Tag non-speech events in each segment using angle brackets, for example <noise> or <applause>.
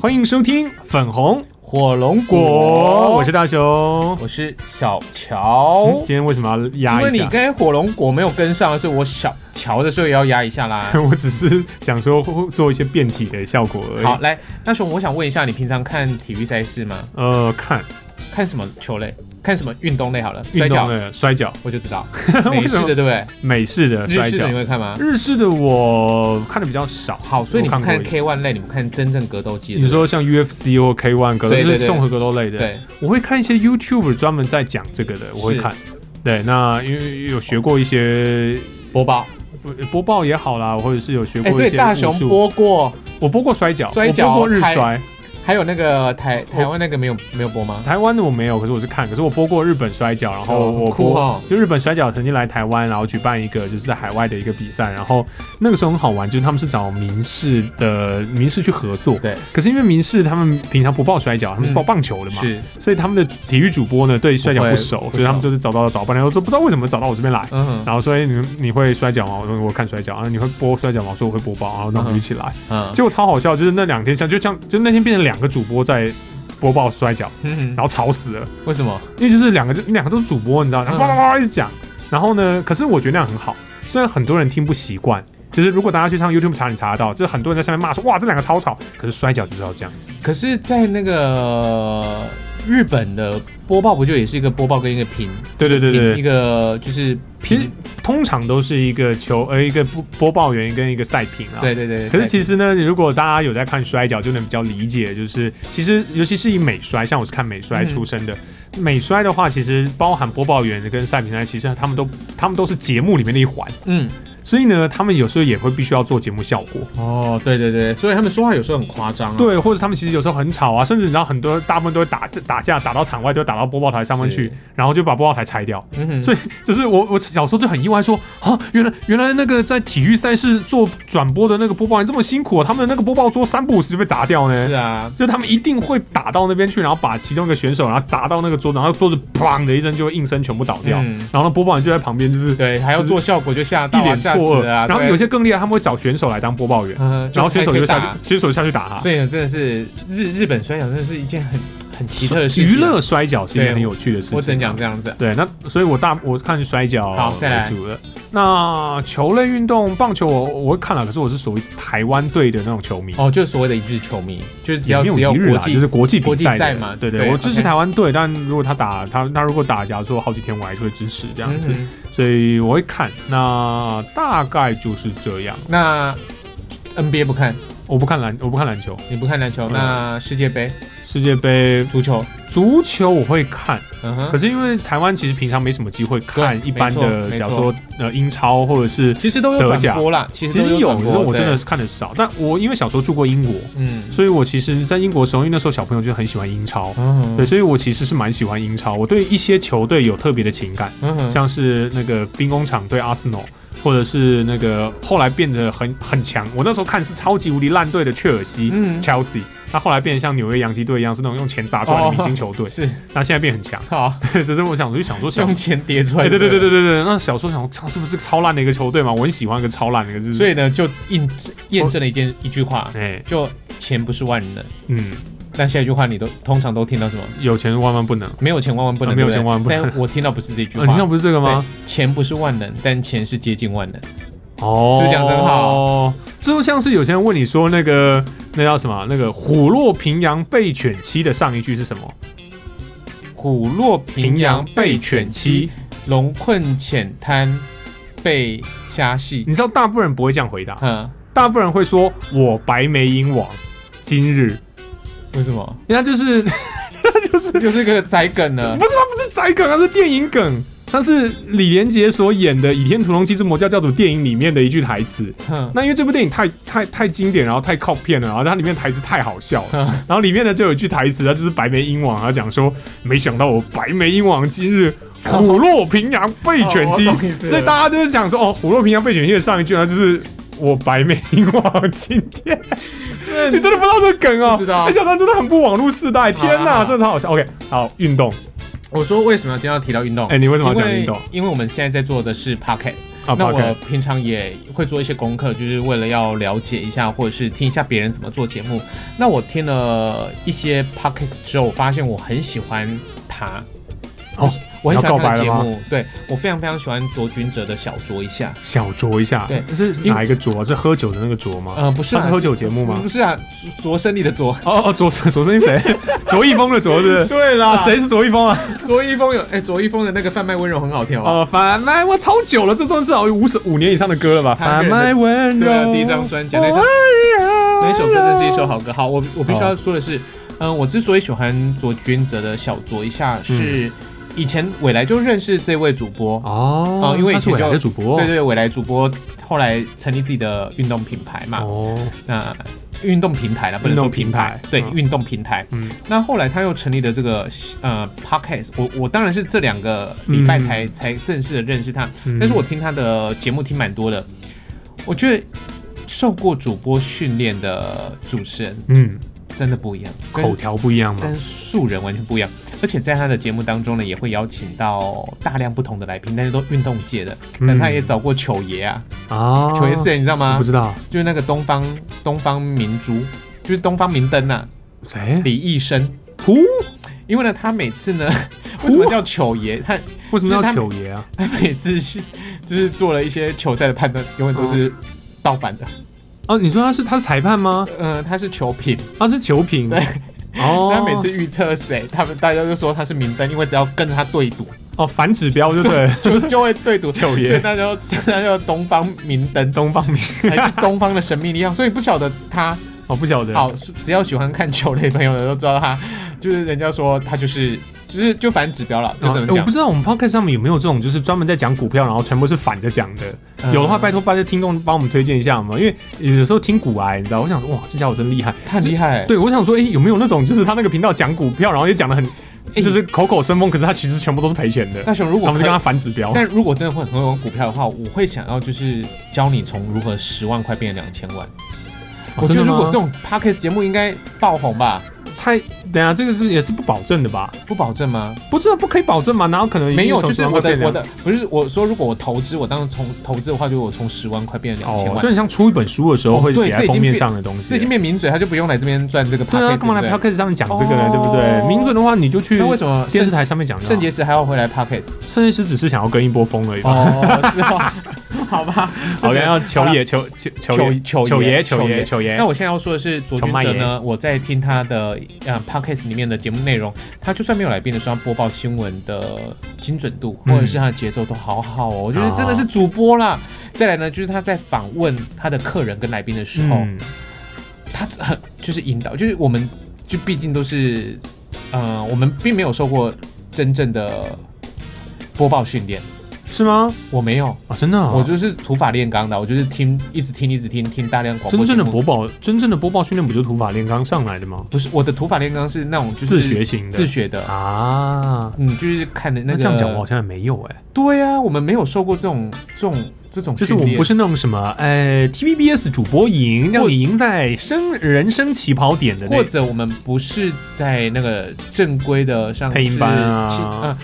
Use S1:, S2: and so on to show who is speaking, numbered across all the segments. S1: 欢迎收听粉红
S2: 火龙
S1: 果，
S2: 果，
S1: 我是大熊。
S2: 我是小乔，
S1: 今天为什么要
S2: 因
S1: 压
S2: 为
S1: 一
S2: 你
S1: 下？
S2: 跟火龙果没有跟上，所以我小乔的时候也要压一
S1: <laughs>
S2: 下啦。
S1: 我只是想说会做一些变体的效果而
S2: 好，
S1: 已。
S2: 来，那熊，我想问一下，你平常看体育赛事吗？
S1: 呃，看
S2: 看什么球类？看什么运动类？好了，摔
S1: 运动
S2: 跤，
S1: 的摔跤，
S2: 我就
S1: <laughs>
S2: 知道，
S1: 为
S2: 美式
S1: 什么
S2: 的对不对？
S1: 美式的摔
S2: 日式
S1: 跤
S2: 的你，会看吗？
S1: 日式的我看的比较少。
S2: 好，所以你
S1: 我
S2: 不
S1: 看过
S2: 看
S1: 一点
S2: K One 类，你不看真正格斗技的。
S1: 你说像 UFC 或 K One 格斗，
S2: 对
S1: 就
S2: 对
S1: 是
S2: 对
S1: 综合格斗类的。
S2: 对不对
S1: 我会看一些 YouTube 专门在讲这个的，我会
S2: 是
S1: 看。对，那因为有学过一些
S2: 播报，
S1: 播播报也好啦，或者是有学
S2: 哎，
S1: 过一
S2: 对，
S1: 些
S2: 大
S1: 武
S2: 熊
S1: 术。
S2: 播过，
S1: 我播过摔跤，
S2: 摔跤
S1: 我播过日
S2: 台
S1: 摔，
S2: 还有那个台台湾那个没有没有播吗？
S1: 台湾的我没有，可是我是看，可是我播过日本摔跤，然后
S2: 哦
S1: 我
S2: 酷
S1: 播、
S2: 哦
S1: 就日本摔跤曾经来台湾，然后举办一个就是在海外的一个比赛，然后那个时候很好玩，就是他们是找民视的民视去合作，
S2: 对，嗯
S1: 可是因为民视他们平常不报摔跤，他们是报棒球的嘛，
S2: 是，
S1: 所以他们的体育主播呢对摔跤
S2: 不
S1: 不
S2: 会
S1: 熟，
S2: 不
S1: 所以他们
S2: 熟
S1: 就是找到找半天，我说不知道为什么找到我这边来。
S2: 嗯哼
S1: 然后所以你你会摔跤吗？我说我看摔跤，然后你会播摔跤吗？我说我会播报，然后那我们
S2: 嗯
S1: 一起来。
S2: 嗯
S1: 结果超好笑，就是那两天像就像就那天变成两个主播在播报摔跤，
S2: 嗯
S1: 然
S2: 哼，
S1: 后吵死了。
S2: 为什么？
S1: 因为就是两个就两个都是主播，你知道，然后叭叭叭一直讲，然后呢，可是我觉得那样很好，虽然很多人听不习惯，就是如果大家去上 YouTube 查，你查得到，就是很多人在上面骂说哇这两个超吵，可是摔跤就是要这样子，
S2: 可是，在那个日本的播报不就也是一个播报跟一个评，
S1: 对对对
S2: 一
S1: 对。
S2: 个就是
S1: 其实
S2: 评，
S1: 通常都是一个球呃一个播播报员跟一个赛评啊，
S2: 对对对。
S1: 可是其
S2: 实
S1: 实呢，如果大家有在看摔跤，就能比较理解，就是其实尤其是以美摔，像我是看美摔出身的，美摔的话，其实包含播报员跟赛评赛，其实他们都他们都是节目里面的一环，
S2: 嗯，
S1: 所以呢，他们有时候也会必须要做节目效果。
S2: 哦，对对对，所以他们说话有时候很夸张啊。，
S1: 对，或者他们其实有时候很吵啊，甚至你知道很多大部分都会打打架，打到场外，都会打到播报台上面去
S2: 是，
S1: 然后就把播报台拆掉。
S2: 嗯哼，
S1: 所以就是我我小时候就很意外说啊，原来原来那个在体育赛事做转播的那个播报员这么辛苦、啊，他们的那个播报桌三不五时就被砸掉呢。
S2: 是啊，
S1: 就他们一定会打到那边去，然后把其中一个选手，然后砸到那个桌子，然后桌子砰的一声就会应声全部倒掉，
S2: 嗯
S1: 然后呢播报员就在旁边就是
S2: 对，还要做效果就吓
S1: 一
S2: 到啊，
S1: 脸
S2: 吓
S1: 错愕，
S2: 死啊。
S1: 然后
S2: 对
S1: 有些更厉害，他们会找选手来当播报员，
S2: 嗯，
S1: 然后选手就下
S2: 打
S1: 去，，选手下去打他。
S2: 所以呢，真的是日日本摔跤真的是一件很很奇特的事情。啊
S1: 娱，乐摔跤是一件
S2: 对
S1: 很有趣的事情，啊
S2: 我只能讲这样子。
S1: 对，那所以我大我看摔跤
S2: 好再来
S1: 为主了。那球类运动，棒球我我会看了，可是我是属于台湾队的那种球迷，
S2: 哦，就是所谓的一日球迷，就是只
S1: 也
S2: 要
S1: 没有
S2: 只要
S1: 一日
S2: 国
S1: 啦，
S2: 际，
S1: 就是国际比
S2: 国际
S1: 赛的
S2: 赛嘛
S1: 对对，
S2: 对
S1: 我支持
S2: OK
S1: 台湾队，但如果他打他他如果打，假如说好几天，我还是会支持这样
S2: 嗯
S1: 子，
S2: 哼，
S1: 所以我会看。那大概就是这样。
S2: 那 NBA 不看，
S1: 我不看篮，我不看篮球，
S2: 你不看篮球，
S1: 嗯
S2: 那世界杯、
S1: 世界杯
S2: 足球，
S1: 足球我会看，
S2: 嗯
S1: 可
S2: 哼，
S1: 是因为台湾其实平常没什么机会看
S2: 对
S1: 一般的，假
S2: 没错没错
S1: 如说呃英超或者是
S2: 其实都有
S1: 德
S2: 转
S1: 甲
S2: 播啦，其
S1: 其
S2: 实都
S1: 实有，
S2: 转
S1: 可是
S2: 播，
S1: 我真的
S2: 对，
S1: 是看的少。但我因为小时候住过英国，
S2: 嗯
S1: 所以我其实在英国的时候，因为那时候小朋友就很喜欢英超，
S2: 嗯
S1: 对，所以我其实是蛮喜欢英超。我对一些球队有特别的情感，
S2: 嗯哼，
S1: 像是那个兵工厂对阿森纳。或者是那个后来变得很很强，我那时候看是超级无敌烂队的切尔西、
S2: 嗯
S1: Chelsea，他后来变得像纽约洋基队一样，是那种用钱砸出来的明星球队，
S2: 是
S1: 那、现在变很强。 <laughs>
S2: 好，
S1: 对，只是我想，我就想说小，
S2: 用钱叠出来
S1: 哎
S2: 的，
S1: 对对对对对对，那小时候想说，操，是不是超烂的一个球队嘛？我很喜欢一个超烂的一个，就是
S2: 所以呢，就印验证了一件一句话，
S1: 哎、
S2: 就钱不是万能。
S1: 嗯，
S2: 那下一句话你都通常都听到什么？
S1: 有钱万万不能。
S2: 没有钱万万不能，
S1: 啊没有
S2: 对对
S1: 钱万万不能
S2: 但我听到不是这句
S1: 啊、你
S2: 话
S1: 听到，不是这个吗？
S2: 钱不是万能，但钱是接近万能。
S1: 哦，
S2: 是不是讲真好
S1: 哦，这就像是有些人问你说那个那叫什么？那个“虎落平阳被犬欺”的上一句是什么？
S2: 虎落平阳被犬欺，，龙困浅滩被虾戏。
S1: 你知道大部分人不会这样回答，
S2: 嗯，
S1: 大部分人会说“我白眉鹰王今日
S2: 为什么？”，
S1: 人家就是 <laughs>
S2: 又是个宅梗呢
S1: 不？是，他不是宅梗，他是电影梗。他是李连杰所演的《倚天屠龙记之魔教教主》电影里面的一句台词。
S2: 哼，
S1: 那因为这部电影太太太经典，然后太靠片了，然后它里面台词太好笑了。
S2: 哼
S1: 然后里面呢就有一句台词，它就是白眉鹰王，他讲说：“没想到我白眉鹰王今日虎落平阳被犬欺。
S2: 哦我懂意思了
S1: 所以大家就是讲说：“哦，虎落平阳被犬欺”的上一句呢就是。我白眉鹰王今天， <laughs> 你真的不知道这个梗哦？
S2: 不知道啊
S1: 而且他真的很不网络世代，天
S2: 好
S1: 哪，
S2: 好
S1: 真的超好笑。OK，好，运动，
S2: 我说为什么要今天要提到运动？
S1: 哎，你为什么要
S2: 因
S1: 讲
S2: 为
S1: 运动？
S2: 因为我们现在在做的是 p o c k e t
S1: 啊
S2: 那
S1: podcast
S2: 我平常也会做一些功课，就是为了要了解一下，或者是听一下别人怎么做节目。那我听了一些 podcast 之后，我发现我很喜欢他。
S1: 哦，
S2: 我很喜欢他的
S1: 你
S2: 节
S1: 要告白了
S2: 目，对我非常非常喜欢卓君哲的小酌一下。
S1: 小酌一下，
S2: 对
S1: 这是哪一个酌啊？这喝酒的那个酌吗？
S2: 呃，不是
S1: 他是
S2: 啊，
S1: 喝酒节目吗
S2: 不？是啊，卓胜利的卓。
S1: 哦哦，左左声音
S2: <laughs>
S1: 谁？卓一峰的卓是不是？
S2: 对
S1: 啊，谁是卓一峰啊？
S2: <laughs> 卓一峰有哎，卓一峰的那个贩卖温柔很好听哦。
S1: 哦，贩卖我超久了，这都是五十五年以上的歌了吧？贩
S2: 他个人的
S1: 卖温
S2: 对啊
S1: 柔，
S2: 第一张专辑那张那
S1: 那
S2: 一首歌真是一首好
S1: 嗯
S2: 歌。好，我我必须要说的是，嗯、我之所以喜欢卓君哲的小酌一下，是以前未来就认识这位主播，
S1: 嗯哦
S2: 哦因为以
S1: 他是
S2: 前
S1: 未来
S2: 就
S1: 的主播，
S2: 对对，未来主播后来成立自己的运动品牌嘛，
S1: 哦，
S2: 那运动平台了，不能
S1: 运动
S2: 说品
S1: 平台
S2: 牌，对，
S1: 嗯
S2: 运动平台。
S1: 嗯，
S2: 那后来他又成立了这个呃 podcast，我我当然是这两个礼拜才、才正式的认识他，
S1: 嗯
S2: 但是我听他的节目听蛮多的，我觉得受过主播训练的主持人
S1: 嗯，
S2: 真的不一样，跟
S1: 口条不一样嘛
S2: 跟，素人完全不一样。而且在他的节目当中呢，也会邀请到大量不同的来宾，但是都运动界的。但他也找过球爷啊，
S1: 嗯啊，
S2: 球爷是谁你知道
S1: 我
S2: 吗
S1: 不？知道，
S2: 就是那个东方东方明珠，就是东方明灯啊，
S1: 谁？
S2: 李易生。
S1: 胡？
S2: 因为呢，他每次呢， <laughs> 为什么叫球爷？他
S1: 为什么
S2: 就是
S1: 叫
S2: 他
S1: 九爷啊？
S2: 他每次是就是做了一些球赛的判断，永远都是倒反的。
S1: 哦，你说他是他是裁判吗？
S2: 呃，他是球评，
S1: 他是球评，
S2: 对，
S1: 哦，
S2: 他每次预测谁，他们大家就说他是明灯，因为只要跟着他对赌，
S1: 哦反指标就对了， <laughs>
S2: 就就会 <laughs> 对赌
S1: 九爷
S2: 所以那就那就东方明灯，
S1: 东方明， <laughs>
S2: 还是东方的神秘力量，所以不晓得他
S1: 我哦不晓得，
S2: 好，只要喜欢看球类朋友的都知道他，就是人家说他就是就是就反指标了，就
S1: 哦。
S2: 怎么
S1: 哎我
S2: 讲
S1: 不？知道我们 podcast 上面有没有这种，就是专门在讲股票，然后全部是反着讲的。
S2: 嗯
S1: 有的话，拜托拜托听众帮我们推荐一下嘛，因为有时候听股癌，你知道，我想说哇，这家伙真厉
S2: <laughs>
S1: 害。
S2: 他很厉害、
S1: 对，我想说，哎、有没有那种就是他那个频道讲股票，然后也
S2: <laughs>
S1: 讲的很，
S2: 哎
S1: 就是口口声风，可是他其实全部都是赔钱的。
S2: 那时候如
S1: 我
S2: 果
S1: 们
S2: 可
S1: 就跟他
S2: 以，
S1: 反指标。
S2: 但如果真的会很会玩股票的话，我会想要就是教你从如何十万块变成两千万。
S1: 哦
S2: 我觉
S1: 真
S2: 得
S1: 的
S2: 如
S1: 吗
S2: 果这种 podcast 节目应该爆红吧？
S1: 太等啊一下这个是也是不保证的吧？
S2: 不保证吗？
S1: 不知道不可以保证嘛？然后可能
S2: 没有，
S1: 一定
S2: 就是
S1: 手
S2: 我的
S1: 上会变
S2: 我
S1: 量
S2: 的不是我说，如果我投资，我当时从投资的话，就是我从十万块变成两千
S1: 哦，
S2: 万
S1: 就，很像出一本书的时候
S2: 哦
S1: 会
S2: 对
S1: 写
S2: 这
S1: 在
S2: 已经
S1: 封面
S2: 变
S1: 上的东西
S2: 这已。经变名嘴，他就不用来这边赚这个 p
S1: 对
S2: o d
S1: 啊，
S2: c
S1: 干嘛来
S2: a
S1: podcast 上面讲这个呢？对不
S2: 哦
S1: 对？名嘴的话，你就去
S2: 那为什么
S1: 电视
S2: 圣
S1: 台啊上面讲就好。
S2: 圣洁石还要回来 p o d c a s t
S1: 圣洁石只是想要跟一波风而已哦嘛。
S2: 哦，是
S1: <laughs>
S2: 哦，好吧，
S1: 好，然后求
S2: 好
S1: 爷求求求
S2: 球
S1: 爷
S2: 球
S1: 求爷求
S2: 爷
S1: 爷。求爷
S2: 那。我现在要说的是，卓君
S1: 球
S2: 哲
S1: 麦爷
S2: 呢，我在听他的呃 podcast 里面的节目内容，他就算没有来宾的时候，他播报新闻的精准度
S1: 嗯
S2: 或者是他的节奏都好好哦，我觉得真的是主播啦。再来呢，就是他在访问他的客人跟来宾的时候，
S1: 嗯，
S2: 他很就是引导，就是我们就毕竟都是，呃，我们并没有受过真正的播报训练，
S1: 是吗？
S2: 我没有，
S1: 啊，真的啊，
S2: 我就是土法炼钢的，我就是听一直听一直听听大量广播
S1: 真
S2: 节
S1: 正的
S2: 目
S1: 播报，真正的播报训练不就是土法炼钢上来的吗？
S2: 不是我的土法炼钢是那种就是
S1: 自学型的
S2: 自学的，
S1: 啊。
S2: 嗯，就是看的那
S1: 那
S2: 个
S1: 这样讲，我好像也没有哎，
S2: 对啊，我们没有受过这种这种这种
S1: 就是
S2: 训
S1: 我们
S2: 练
S1: 不是那种什么呃 TVBS 主播赢，让你赢在生人生起跑点的那
S2: 或者我们不是在那个正规的像
S1: 配音班啊
S2: 是亲呃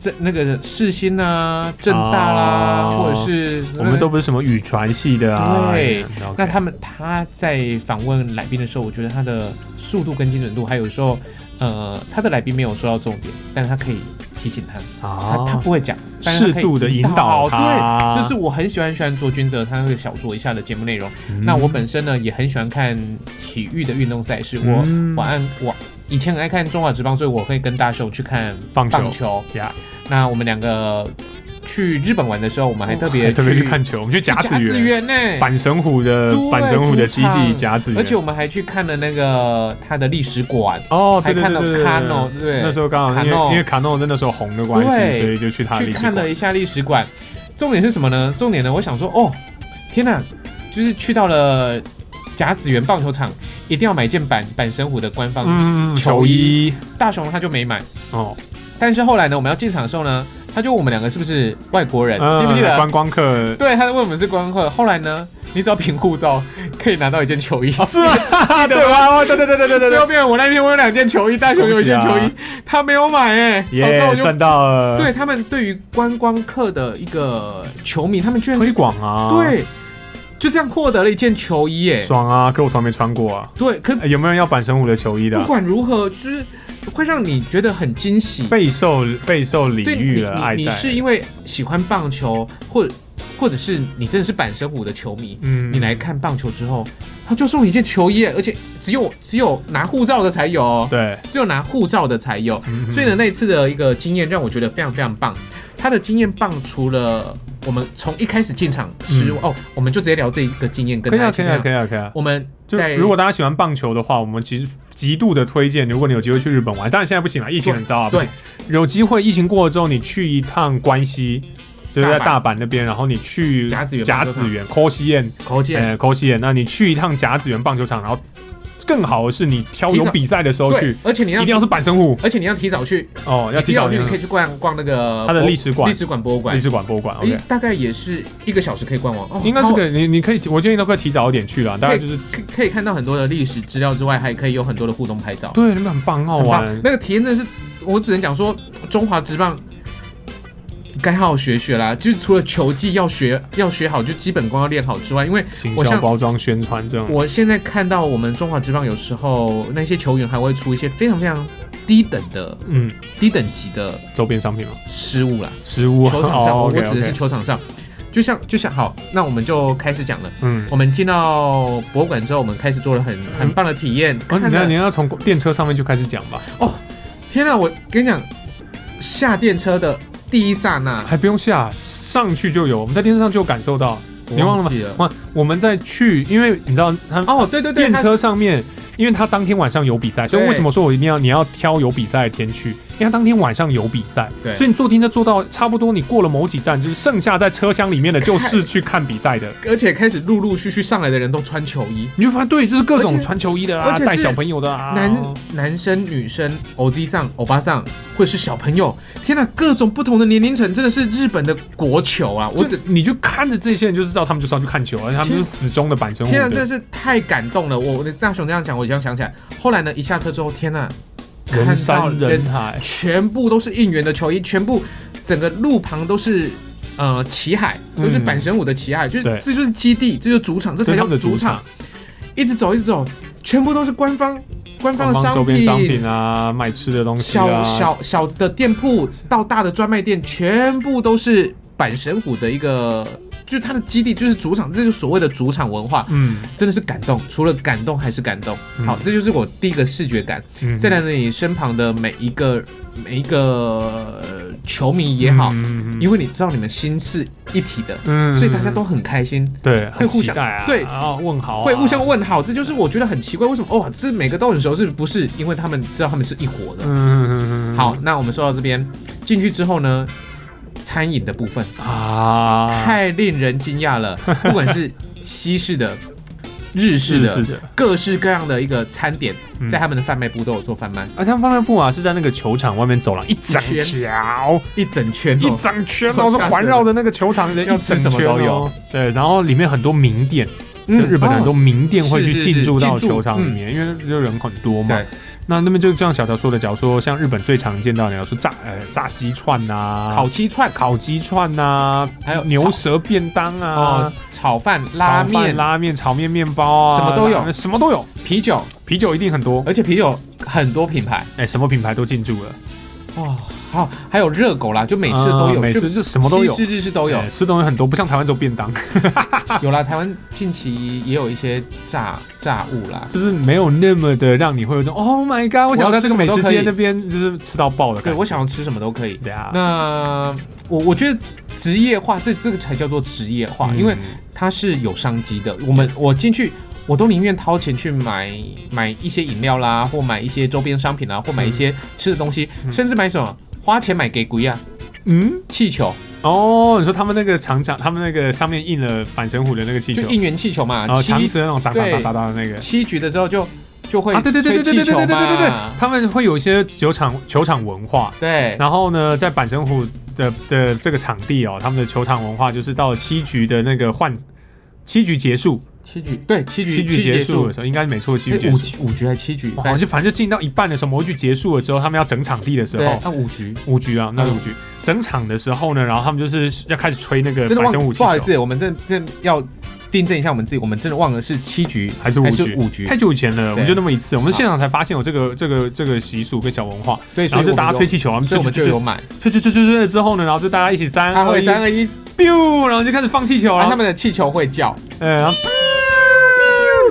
S2: 这那个世新啊、正大啦、
S1: 哦
S2: 或者是
S1: 我们都不是什么语传系的啊。
S2: 对
S1: 哎呀，OK
S2: 那他们他在访问来宾的时候，我觉得他的速度跟精准度，还有时候呃他的来宾没有说到重点，但是他可以提醒他，
S1: 啊
S2: 他他不会讲，但是
S1: 适
S2: 他可以
S1: 度的引导他，
S2: 对，就是我很喜欢喜欢卓君哲他那个小酌一下的节目内容。
S1: 嗯
S2: 那我本身呢也很喜欢看体育的运动赛事，我
S1: 嗯
S2: 我按我以前很爱看中华职棒，所以我会跟大秀去看
S1: 棒球
S2: 棒球。
S1: 呀，
S2: 那我们两个去日本玩的时候，我们还特别
S1: 哦特别
S2: 去
S1: 去看球，我们去甲子
S2: 子
S1: 园。
S2: 园呢、
S1: 板神虎的
S2: 对
S1: 板神虎的基
S2: 主
S1: 地
S2: 场
S1: 甲子园，
S2: 而且我们还去看了那个他的历史馆，
S1: 哦，
S2: 还
S1: 对对
S2: 看
S1: 对
S2: 了
S1: 对对
S2: 卡诺，对不对，
S1: 那时候刚好因为
S2: Kano
S1: 因为卡诺在那时候红的关系，
S2: 对
S1: 所以就去他的
S2: 去
S1: 历史
S2: 看
S1: 馆
S2: 了一下历史馆。重点是什么呢？重点呢，我想说，哦，天哪，就是去到了甲子园棒球场，一定要买一件板板神虎的官方。
S1: 嗯球
S2: 球
S1: 衣
S2: 衣大雄他就没买，
S1: 哦，
S2: 但是后来呢，我们要进场的时候呢，哎他就问我们两个是不是外国人，记不记
S1: 嗯
S2: 得？
S1: 观光客
S2: <laughs> 对，他就问我们是观光客。后来呢，你只要凭护照可以拿到一件球衣。
S1: 啊，是吗？ <laughs> 对吧？哦对对对对对对
S2: 哦最后
S1: 对，
S2: 变成我那天我有两件球衣，大雄有一件球
S1: 恭喜
S2: 衣
S1: 啊，
S2: 他没有买哎、欸，
S1: 耶
S2: 早知道我，就
S1: 赚到了，
S2: 对他们对于观光客的一个球迷，他们居然、
S1: 推广啊，，
S2: 对就这样获得了一件球衣哎、
S1: 爽啊！可我从来没穿过啊，
S2: 对，可
S1: 哎有没有人要板神虎的球衣的
S2: 不
S1: 啊？
S2: 管如何，就是会让你觉得很惊喜。
S1: 备受备受礼
S2: 对
S1: 遇
S2: 你
S1: 了，爱
S2: 你你
S1: 戴。
S2: 是因为喜欢棒球，或或者是你真的是板神虎的球迷，
S1: 嗯
S2: 你来看棒球之后，他就送你一件球衣，而且只有只有拿护照的才有哦，
S1: 对，
S2: 只有拿护照的才有。
S1: 嗯
S2: 所以呢，那一次的一个经验让我觉得非常非常棒。他的经验棒，除了我们从一开始进场失误、哦，我们就直接聊这一个经验，跟
S1: 嗯可以
S2: 大
S1: 啊，
S2: 家
S1: 可以啊，可
S2: 以。
S1: 以啊，可以啊。
S2: 我们
S1: 就
S2: 在
S1: 如果大家喜欢棒球的话，我们其实极度的推荐，如果你有机会去日本玩，当然现在不行了，疫情很糟啊。
S2: 对
S1: 不行，有机会疫情过了之后，你去一趟关西，就是在大阪那边，然后你去
S2: 甲子园
S1: 甲
S2: 棒球场
S1: 子园 k o s i e n
S2: 口见，
S1: 呃 k o s i e n 那你去一趟甲子园棒球场，然后更好的是你挑
S2: 提
S1: 有
S2: 早
S1: 比赛的时候
S2: 对
S1: 去，，
S2: 而且你
S1: 一
S2: 要
S1: 定要是板神户
S2: 而且你要提早去，
S1: 哦，要
S2: 你
S1: 提
S2: 提
S1: 早
S2: 早去，
S1: 那
S2: 你
S1: 个
S2: 可以去逛逛那个
S1: 它的
S2: 博
S1: 历史馆
S2: 历史馆、博物馆
S1: 历，史馆博物馆
S2: 诶
S1: ，OK，
S2: 大概也是一个小时可以逛完，哦，
S1: 应该是
S2: 哎超
S1: 可以，你你可以，我建议都可以提早一点去了，大概就是
S2: 可以可以看到很多的历史资料之外，还可以有很多的互动拍照，
S1: 对，那边很棒，很好
S2: 很棒
S1: 玩。
S2: 那个体验真的是，我只能讲说，中华职棒该好好学学啦。就是除了球技要学要学好，就基本功要练好之外，因为
S1: 行
S2: 我
S1: 销
S2: 像
S1: 包装宣传这种，
S2: 我现在看到我们中华职棒有时候那些球员还会出一些非常非常低等的
S1: 嗯，
S2: 低等级的
S1: 周边商品嘛，
S2: 失误啦。
S1: 食物啊
S2: 球场上，
S1: 哦
S2: 我我
S1: OK，
S2: 指的是
S1: OK
S2: 球场上，就像就像好，那我们就开始讲了。
S1: 嗯。
S2: 我们进到博物馆之后，我们开始做了很很棒的体验。
S1: 哦，
S2: 看
S1: 你要
S2: 看
S1: 你要从电车上面就开始讲吧，
S2: 天啊，我跟你讲，下电车的第一刹那，
S1: 还不用下，上去就有。我们在电视上就有感受到，你忘了吗
S2: 我记了？
S1: 哇，我们在去，因为你知道他
S2: 哦，对对对，
S1: 电
S2: 它
S1: 车上面，因为他当天晚上有比赛，所以
S2: 对
S1: 为什么说我一定要你要挑有比赛的天去？因为他当天晚上有比赛，
S2: 对
S1: 所以你坐电车坐到差不多，你过了某几站，就是剩下在车厢里面的就是去看比赛
S2: <laughs>
S1: 的，
S2: 而且开始陆陆续续上来的人都穿球衣，
S1: 你就发现对，就是各
S2: 而
S1: 种
S2: 且
S1: 穿球衣的
S2: 而
S1: 啊，
S2: 且
S1: 带
S2: 是
S1: 小朋友的啊，
S2: 男男生、女生、欧基上、欧巴上，或者是小朋友，天哪，各种不同的年龄层，真的是日本的国球啊！我
S1: 我
S2: 只
S1: 只你就看着这些人就知道他们就是要去看球，而且他们就是死忠的板神户
S2: 天啊，真的
S1: 的
S2: 是太感动了！我我大雄这样讲，我已经想起来。后来呢，一下车之后，天呐，
S1: 人山
S2: 看到
S1: 人海，
S2: 全部都是应援的球衣，全部整个路旁都是呃旗海，
S1: 嗯
S2: 都是阪神舞的旗海，就是
S1: 对
S2: 这就是基地，这就是主场，这
S1: 这
S2: 才
S1: 是他
S2: 叫
S1: 们的
S2: 主
S1: 主
S2: 场
S1: 场。。
S2: 一直走，一直走，全部都是官方官方
S1: 官
S2: 的
S1: 方周
S2: 商
S1: 边商品啊，卖吃的东西
S2: 小
S1: 啊，
S2: 小小的店铺到大的专卖店，全部都是阪神虎的一个，就是它的基地，就是主场，这就是所谓的主场文化，
S1: 嗯
S2: 真的是感动，除了感动还是感动。
S1: 嗯
S2: 好，这就是我第一个视觉感。
S1: 嗯，
S2: 站在那里身旁的每一个每一个呃球迷也好，
S1: 嗯嗯
S2: 因为你知道你们心是一体的，
S1: 嗯
S2: 所以大家都很开心。
S1: 对，很
S2: 互
S1: 期
S2: 相
S1: 待啊，
S2: 对
S1: 啊，问好啊，
S2: 会互相问好，这就是我觉得很奇怪，为什么哦，这每个都很熟，是不是？因为他们知道他们是一伙的。
S1: 嗯嗯嗯嗯
S2: 好，那我们说到这边，进去之后呢，餐饮的部分
S1: 啊，
S2: 太令人惊讶了，不管是西式的、日式
S1: 是
S2: 的、
S1: 是的，
S2: 各式各样的一个餐点，
S1: 嗯
S2: 在他们的贩卖部都有做贩卖，
S1: 而且他们贩卖部啊是在那个球场外面走廊一整
S2: 一
S1: 条
S2: 一整圈、
S1: 一
S2: 哦，
S1: 整圈
S2: 哦
S1: 哦，是
S2: 吓死
S1: 环绕着那个球场的
S2: 要
S1: 一
S2: 吃
S1: 整
S2: 什么
S1: 圈
S2: 都有
S1: 哦，对，然后里面很多名店。就日本人都
S2: 哦
S1: 名店会
S2: 是
S1: 去
S2: 是
S1: 进驻
S2: 是
S1: 到
S2: 进驻嗯
S1: 球场里面，因为就人很多嘛
S2: 对。
S1: 那那边就像小乔说的，假如说像日本最常见到的，你要说炸呃炸鸡串呐、
S2: 烤鸡串、
S1: 啊烤鸡串呐、
S2: 还有
S1: 牛
S2: 炒
S1: 舌便当啊
S2: 哦、、炒饭、
S1: 炒
S2: 拉
S1: 饭
S2: 面、
S1: 拉面、炒面、面包啊，
S2: 什么都有
S1: 拉什么都有。
S2: 啤酒，
S1: 啤酒一定很多，
S2: 而且啤酒很多品牌
S1: 哎、什么品牌都进驻了，
S2: 哇，好、还有热狗啦，就美式都有，
S1: 啊美
S2: 就
S1: 式就什么都有
S2: 西。式、日式都有啊
S1: 哎。吃东西很多，不像台湾只有便当， <laughs>
S2: 有啦，台湾近期也有一些炸炸物啦。
S1: 就是没有那么的让你会有一种 Oh my God，我想
S2: 我要
S1: 在
S2: 吃
S1: 这个美
S2: 什么
S1: 食
S2: 都可以
S1: 街那边就是吃到爆的感觉。
S2: 对，我想要吃什么都可以。
S1: 对啊，
S2: 那我我觉得职业化，这这个才叫做职业化，因为
S1: 嗯
S2: 它是有商机的。我们我进去，我都宁愿掏钱去买买一些饮料啦，或买一些周边商品啦，或买一些吃的东西，
S1: 嗯
S2: 甚至买什么花钱买给鬼啊
S1: 嗯。
S2: 气球，
S1: 哦，你说他们那个厂长，他们那个上面印了反神虎的那个气球哦
S2: 就，应援气球嘛
S1: 然，后长
S2: 七
S1: 蛇那种哒哒哒
S2: 对
S1: 哒哒的那个。
S2: 七局的时候就就会
S1: 啊，对对对对对
S2: 吹
S1: 对
S2: 气
S1: 对
S2: 球
S1: 对对对对
S2: 嘛，
S1: 他们会有一些球场球场文化，
S2: 对
S1: 然后呢，在板神呃虎的的这个场地哦，他们的球场文化就是到了七局的那个换七局结束，
S2: 七局对七局
S1: 七局结束
S2: 束
S1: 的，时候应该没错，七局
S2: 哎
S1: 结束。
S2: 五局五局还七局，
S1: 好哦像就反正就进到一半的时候，某一局结束了之后，他们要整场地的时
S2: 对，
S1: 候，
S2: 那五局
S1: 五局啊，那是
S2: 嗯
S1: 五局。整场的时候呢，然后他们就是要开始吹那个
S2: 真的
S1: 满
S2: 忘
S1: 身武器，
S2: 不好意，思，我们真真要订正一下我们自己，我们真的忘了是七局
S1: 还是五
S2: 还
S1: 局
S2: 是？五局
S1: 太，久以前了，我们就那么一次，我们
S2: 好
S1: 现场才发现有这个这个这个习俗跟小文化，
S2: 对，
S1: 然
S2: 所以
S1: 后就
S2: 我
S1: 大
S2: 们
S1: 家吹
S2: 有，
S1: 气球，啊，
S2: 所以我们就
S1: 就
S2: 有买。
S1: 吹吹吹吹吹了之后呢，然后就大家一起三
S2: 他
S1: 二
S2: 会
S1: 一
S2: 三二一，
S1: biu，然后就开始放气球，
S2: 然
S1: 然
S2: 后
S1: 后
S2: 他们的气球会叫，
S1: 呃，然后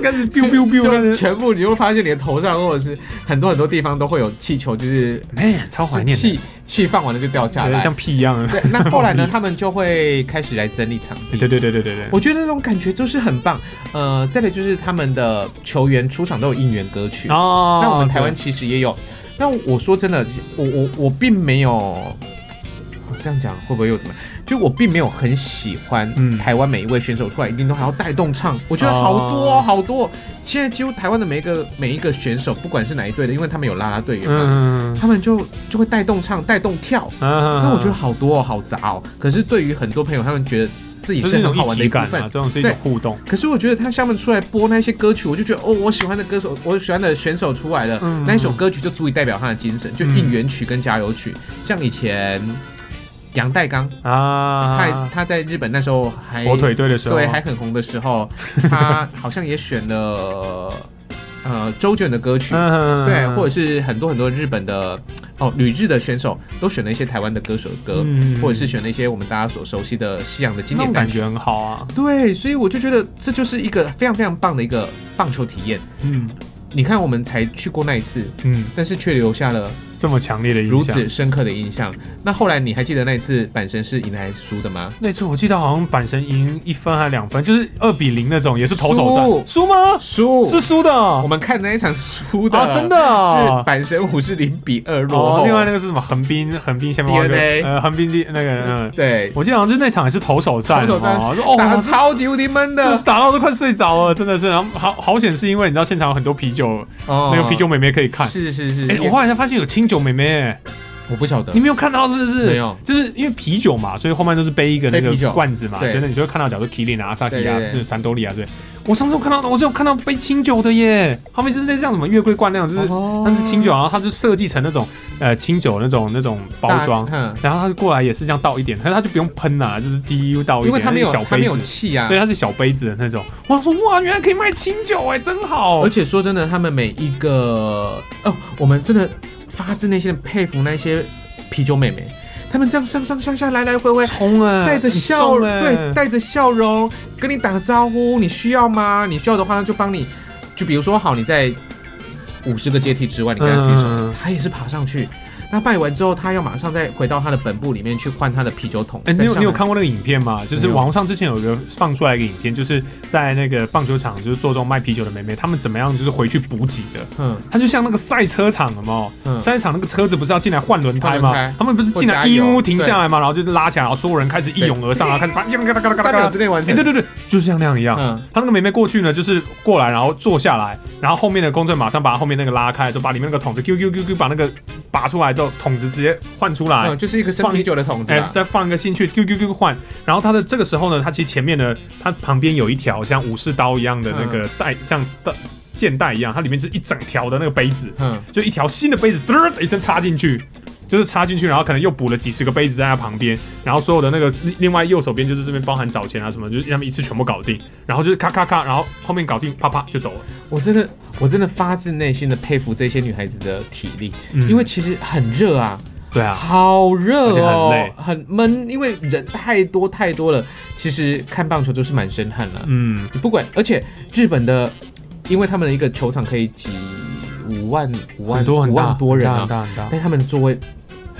S1: biu biu 开始 biu biu biu，开
S2: 就
S1: 始
S2: 全部你会发现你的头上或者是很多很多地方都会有气球，就是
S1: ，man 哎超怀
S2: 就
S1: 念的，
S2: 气气放完了就掉下
S1: 对
S2: 来。
S1: 像屁一样
S2: <laughs>
S1: 的。 <laughs>
S2: 对，那后来呢，他们就会开始来整理场
S1: 对
S2: 地。
S1: 对对对对对对。
S2: 我觉得那种感觉就是很棒，呃，再来就是他们的球员出场都有应援歌曲，
S1: 哦
S2: 那我们台湾其实也有。那我说真的，我我我并没有我这样讲会不会又怎么样？就我并没有很喜欢
S1: 嗯
S2: 台湾每一位选手出来一定都还要带动唱，我觉得好多、
S1: 哦
S2: 哦、好多哦。现在几乎台湾的每一个每一个选手，不管是哪一队的，因为他们有啦啦队
S1: 对
S2: 员嘛，
S1: 嗯嗯
S2: 他们就就会带动唱、带动跳。
S1: 嗯
S2: 那我觉得好多哦，好杂哦。可是对于很多朋友，他们觉得自己
S1: 就是是一
S2: 很
S1: 种
S2: 好玩
S1: 一
S2: 的一
S1: 体
S2: 部
S1: 感
S2: 分
S1: 嘛，。这种是一种
S2: 对
S1: 互动。
S2: 可是我觉得他下面出来播那些歌曲，我就觉得哦，我喜欢的歌手，我喜欢的选手出来了，
S1: 嗯
S2: 那一首歌曲就足以代表他的精神，就
S1: 嗯
S2: 应援曲跟加油曲。像以前杨代刚，他
S1: 啊，
S2: 他在日本那时候还
S1: 火腿队的时候，啊
S2: 对还很红的时候，他好像也选了呃周卷的歌曲。
S1: 嗯
S2: 对，或者是很多很多日本的哦，旅日的选手都选了一些台湾的歌手的歌，
S1: 嗯
S2: 或者是选了一些我们大家所熟悉的西洋的经
S1: 那种
S2: 典单
S1: 感
S2: 曲。
S1: 觉很好啊。
S2: 对，所以我就觉得这就是一个非常非常棒的一个棒球体验。
S1: 嗯
S2: 你看，我们才去过那一次，
S1: 嗯，
S2: 但是却留下了
S1: 这么强烈的
S2: 如
S1: 影响。
S2: 此深刻的印象。那后来你还记得那一次阪神是赢了还是输的吗？
S1: 那次我记得好像阪神赢一分还两分，就是二比零那种，也是投手战，
S2: 输
S1: 输吗？
S2: 输
S1: 是输的
S2: 我
S1: 啊，
S2: 们看的那一场是输的，
S1: 真的
S2: 是
S1: 啊。
S2: 阪神虎是零比二落
S1: 哦
S2: 后。，
S1: 另外那个是什么？横滨，横滨下面画一个
S2: DNA
S1: 呃，横滨的那个，嗯，
S2: 对，
S1: 我记得好像就那场也是投手战，
S2: 投手战
S1: 哦，哦
S2: 打得超级无敌闷
S1: 我
S2: 的，啊
S1: 打到都快睡着了，真的是。然后好好险是因为你知道现场有很多啤酒，
S2: 那
S1: 哦那个啤酒妹妹可以看。
S2: 哦是是是，
S1: 哎，我后来才发现有清酒妹妹，哎
S2: 我不晓得
S1: 你，没有看到是不是？
S2: 没有
S1: 就是因为啤酒嘛，所以后面都是背一个那
S2: 背啤
S1: 个
S2: 酒
S1: 罐子嘛，
S2: 对
S1: 所以你就会看到，假如麒麟啊、阿萨奇啊
S2: 对对、对
S1: 那三兜里啊，对。我上次有看到，我只有看到背清酒的耶，他们就是那像什么月桂冠那种，就是
S2: 哦
S1: 它是清酒，然啊后它就设计成那种呃清酒那种那种包
S2: 大
S1: 装，
S2: 嗯，
S1: 然后它就过来也是这样倒一点，但是它就不用喷啦，就是滴倒一点，
S2: 因为它没有
S1: 那是小
S2: 它没有
S1: 杯子，
S2: 气啊，
S1: 对，它是小杯子的那种。我想说哇，原来可以卖清酒哎，真好
S2: 而。且说真的，他们每一个哦，我们真的发自内心的佩服那些啤酒妹妹，他们这样上上下下来来回回，
S1: 冲啊，
S2: 带着
S1: 很
S2: 笑
S1: 重
S2: 容，
S1: 哎
S2: 对，带着笑容跟你打招呼，你需要吗？你需要的话，那就帮你，就比如说好，你在五十个阶梯之外，你跟他举手，
S1: 嗯
S2: 他也是爬上去。那拜完之后，他要马上再回到他的本部里面去换他的啤酒桶。
S1: 哎、你
S2: 再
S1: 有
S2: 上
S1: 你有
S2: 来
S1: 看过那个影片吗？就是
S2: 没有
S1: 网络上之前有一个放出来一个影片，就是在那个棒球场，就是做这种卖啤酒的妹妹，她们怎么样就是回去补给的。
S2: 嗯
S1: 她就像那个赛车场，有没有？
S2: 嗯
S1: 赛车场那个车子不是要进来换轮胎吗
S2: 换轮胎？
S1: 他们不是进来
S2: 会加油
S1: 义乌停下来吗？然后就是拉起来，然后所有人开始一涌而上，然后开始啪，嘎啦嘎啦嘎啦
S2: 三
S1: 嘎
S2: 秒
S1: 啦
S2: 之。内完
S1: 哎，
S2: 成。
S1: 对对对，就是像那样一样。
S2: 嗯，
S1: 她那个妹妹过去呢，就是过来，然后坐下来，然后后面的工作人员马上把她后面那个拉开，就把里面那个桶子，q q q q 把那个拔出来之后，桶子直接换出来，
S2: 嗯，就是一个生
S1: 放
S2: 啤酒的桶子
S1: 哎、
S2: 啦。
S1: 再放一个进去，丢丢丢换。然后它的这个时候呢，它其实前面呢，它旁边有一条像武士刀一样的那个带，像带剑带一样，它里面是一整条的那个杯子，
S2: 嗯，
S1: 就一条新的杯子，嘚儿的一声插进去。就是插进去，然后可能又补了几十个杯子在它旁边，然后所有的那个另外右手边就是这边包含找钱啊什么，就是他们一次全部搞定，然后就是咔咔咔，然后后面搞定，啪啪就走了。
S2: 我真的，我真的发自内心的佩服这些女孩子的体力，
S1: 嗯
S2: 因为其实很热啊，
S1: 对啊，
S2: 好热
S1: 而且很
S2: 哦
S1: 累，
S2: 很闷，因为人太多太多了。其实看棒球就是满身汗了，
S1: 嗯，
S2: 你不管，而且日本的，因为他们的一个球场可以挤五万五万
S1: 很多很
S2: 五
S1: 大
S2: 万多人
S1: 很
S2: 啊，
S1: 大很大
S2: 但他们的座位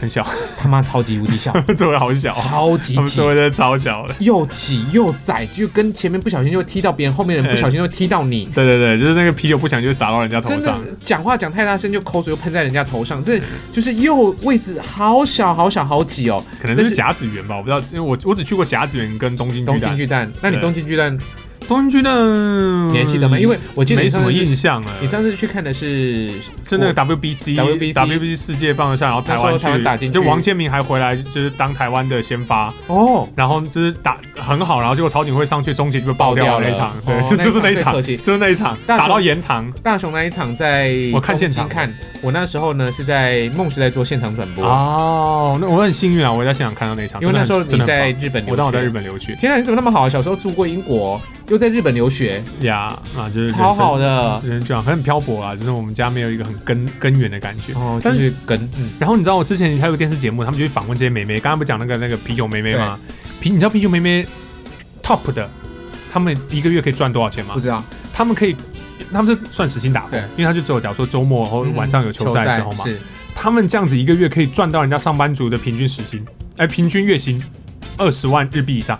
S1: 很小， <laughs>
S2: 他妈超级无敌小，
S1: 座位好小，啊
S2: 超级
S1: 他们
S2: 挤
S1: 座。位真的超小的。
S2: 又挤又窄，就跟前面不小心就会踢到别人，后面的人不小心就会踢到你，
S1: 对对对，就是那个啤酒不想就洒到人家头
S2: 真
S1: 上。嗯
S2: 的讲话讲太大声，就口水又喷在人家头上，这就是又位置好小好小好挤哦。
S1: 可能就是
S2: 但是
S1: 甲子园吧，我不知道，因为我我只去过甲子园跟东京
S2: 东
S1: 巨
S2: 京
S1: 蛋。
S2: 巨蛋，那你
S1: 对啊
S2: 东京巨蛋
S1: 东京巨蛋，
S2: 你还记得吗？因为我记得
S1: 没
S2: 你
S1: 什
S2: 上
S1: 么
S2: 次去
S1: 印象了。
S2: 你上次去看的是
S1: 是那个 WBC
S2: WBC
S1: WBC 世界棒球赛，然后台
S2: 那时
S1: 湾
S2: 候台湾打进
S1: 去，
S2: 去
S1: 就王建民还回来，就是当台湾的先发，
S2: 哦，
S1: 然后就是打很好，然后结果曹景惠上去终结就被爆掉
S2: 爆
S1: 了那
S2: 掉了
S1: 一场，
S2: 哦
S1: 对，
S2: 那
S1: 就是那一
S2: 一
S1: 场
S2: 场最，可惜
S1: 就是那一场
S2: 那时
S1: 打
S2: 候
S1: 到延长
S2: 大雄那一场在
S1: 我看
S2: 东
S1: 现
S2: 京
S1: 场
S2: 看，我那时候呢是在梦时代做现场转播，
S1: 哦，那我很幸运啊，我也在现场看到那一场，
S2: 因为那时候你
S1: 真的很
S2: 在
S1: 真的很
S2: 日本
S1: 棒
S2: 留
S1: 我当我在日
S2: 学。
S1: 本留学
S2: 天啊，你怎么那么好？小时候住过英国，又在日本留学，
S1: 呀啊，就是人生
S2: 超好的。
S1: 人这样很漂泊啊，就是我们家没有一个很根根源的感觉。
S2: 哦，就
S1: 但
S2: 是跟嗯，
S1: 然后你知道我之前还有个电视节目，他们就去访问这些妹妹，刚刚不讲那个那个啤酒妹妹吗？啤，你知道啤酒妹妹 top 的，他们一个月可以赚多少钱吗
S2: 不？知道
S1: 他们可以，他们是算时薪打工
S2: 对，
S1: 因为他就只有假如说周末或
S2: 嗯
S1: 晚上有球赛的时候嘛，
S2: 是
S1: 他们这样子一个月可以赚到人家上班族的平均时薪，哎、平均月薪二十万日币以上。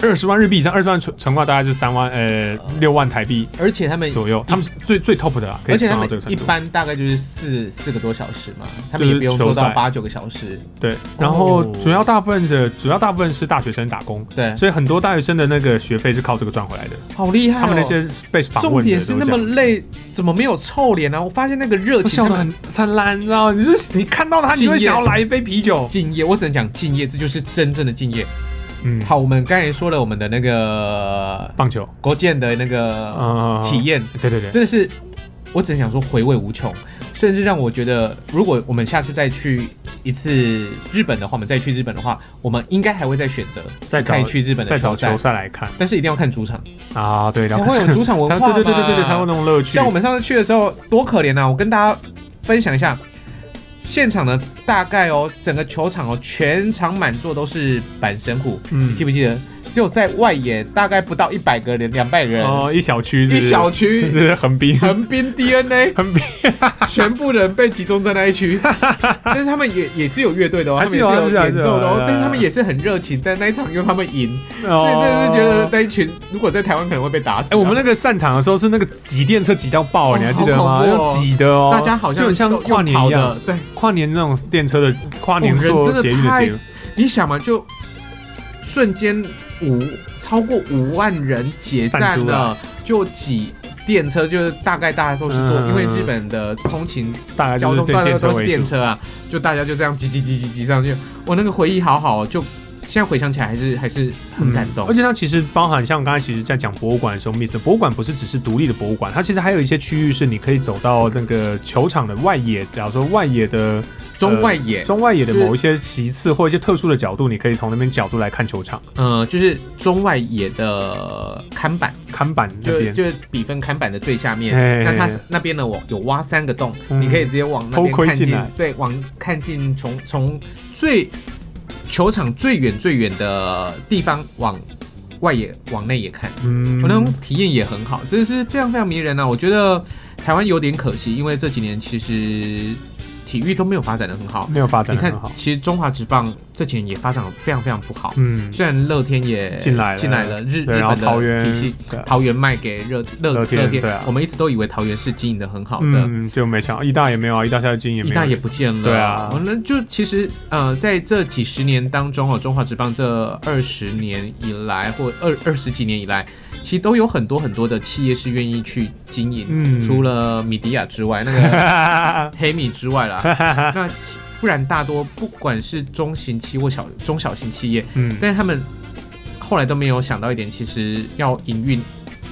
S1: 二十万日币以上，二十万乘乘过来大概就是三万，呃，六万台币
S2: 而且他们
S1: 左右。他们是最最 top 的啊，可
S2: 嗯而
S1: 以
S2: 且
S1: 赚到
S2: 他们
S1: 这个程
S2: 一
S1: 度。
S2: 般大概就是四四个多小时嘛，他们
S1: 就
S2: 也
S1: 是
S2: 不用做
S1: 球
S2: 到
S1: 赛
S2: 八九个小时。
S1: 对，然后
S2: 哦
S1: 主要大部分的主要大部分是大学生打工，
S2: 对，
S1: 所以很多大学生的那个学费是靠这个赚回来的。
S2: 好厉害、哦！
S1: 他们那些被访问的
S2: 重点是
S1: 都
S2: 那
S1: 这
S2: 么
S1: 样
S2: 累，怎么没有臭脸呢、啊？我发现那个热
S1: 我
S2: 情
S1: 笑得很灿烂，你知道吗？你是你看到他，你
S2: 敬业
S1: 会想要来一杯啤
S2: <laughs>
S1: 酒。
S2: 敬业，我只能讲敬业，这就是真正的敬业。
S1: 嗯，
S2: 好，我们刚才说了我们的那个
S1: 棒球，
S2: 国建的那个
S1: 嗯，
S2: 哦体验，
S1: 对对对，
S2: 真的是我只能想说回味无穷，甚至让我觉得，如果我们下次再去一次日本的话，我们再去日本的话，我们应该还会再选择
S1: 再找
S2: 再去日本
S1: 再
S2: 的
S1: 找
S2: 球
S1: 球
S2: 赛，
S1: 赛来看
S2: 但是一定要看主场，
S1: 啊，对，
S2: 才
S1: 然后
S2: 会有主场文
S1: 才
S2: 化嘛。
S1: 对对对对对，才会有那种乐趣。
S2: 像我们上次去的时候，多可怜啊！我跟大家分享一下，现场的大概哦，整个球场哦，全场满座都是板神虎，
S1: 嗯
S2: 你记不记得？只有在外野大概不到一百个人，两百人，
S1: 哦，一小区是
S2: 一
S1: 不是
S2: 小
S1: 是不 <laughs>
S2: 区。
S1: 是横滨，
S2: 横滨
S1: <laughs>
S2: DNA
S1: 横滨
S2: 全部人被集中在那
S1: <laughs>
S2: 一区，但是他们也也是有乐队的哦，
S1: 还
S2: 他
S1: 是
S2: 们也
S1: 有啊
S2: 是有
S1: 还
S2: 演
S1: 是有啊
S2: 奏的
S1: 还是有
S2: 哦
S1: 啊，
S2: 但是他们也是很热情，但那一场又他们赢，
S1: 哦
S2: <laughs> 所以真的是觉得那一群如果在台湾可能会被打死啊。
S1: 哎、我们那个散场的时候是那个挤电车挤到爆、欸
S2: 哦
S1: 你还记得吗？
S2: 好恐怖
S1: 要
S2: 哦
S1: 挤的哦，
S2: 大家好像
S1: 就很像
S2: 都
S1: 跨年一
S2: 用跑
S1: 样
S2: 的，，对，
S1: 跨年那种电车的跨年
S2: 哦人
S1: 做
S2: 真的
S1: 捷运的
S2: 太
S1: 节目，
S2: 你想嘛，就瞬间五超过五万人解散
S1: 散出来
S2: 了，就挤电车，就是大概大家都是坐，
S1: 嗯
S2: 因为日本的通勤
S1: 大概就
S2: 交
S1: 是
S2: 通
S1: 电
S2: 大家
S1: 电车
S2: 都是
S1: 为
S2: 电
S1: 主。
S2: 车啊，就大家就这样挤挤挤挤挤上去，我那个回忆好好，哦，就现在回想起来还是还是很感动
S1: 嗯而。且它其实包含像刚才其实在讲博物馆的时候，Miss 博物馆不是只是独立的博物馆，它其实还有一些区域是你可以走到那个球场的外野，假如说外野的
S2: 中外野，
S1: 中外野的某一些席次或一些特殊的角度，你可以从那边角度来看球场
S2: 呃，就是中外野的看板，
S1: 看板那
S2: 就
S1: 边，
S2: 就是比分看板的最下面。
S1: 哎
S2: 那它是那边呢，我有挖三个洞，
S1: 嗯
S2: 你可以直接往那
S1: 偷
S2: 边
S1: 窥
S2: 看
S1: 进
S2: 进
S1: 来，
S2: 对，往看进从从最球场最远最远的地方往外野往内也看，
S1: 嗯
S2: 我那种体验也很好，真的是非常非常迷人啊！我觉得台湾有点可惜，因为这几年其实体育都没有发展的很好。
S1: 没有嗯发展
S2: 你
S1: 的
S2: 看
S1: 很好，，
S2: 其实中华职棒这几年也发展的非常非常不好。
S1: 嗯，
S2: 虽然乐天也
S1: 进来了
S2: 进来了日日
S1: 对，然后
S2: 本
S1: 桃
S2: 的
S1: 园
S2: 体系，
S1: 对啊
S2: 桃园卖给热乐
S1: 乐
S2: 乐
S1: 天
S2: 天，
S1: 对啊
S2: 我们一直都以为桃园是经营的很好的，
S1: 嗯，就没想到意大也没有啊，意大现在经营也
S2: 一
S1: 没
S2: 大
S1: 有，
S2: 也不见了。
S1: 对啊
S2: 那就其实呃，在这几十年当中哦，中华职棒这二十年以来或二二十几年以来，其实都有很多很多的企业是愿意去经营，
S1: 嗯
S2: 除了米迪亚之外，那个黑米之外啦，
S1: <laughs>
S2: 那不然大多不管是中型企业或小中小型企业，
S1: <laughs> 嗯，
S2: 但是他们后来都没有想到一点，其实要营运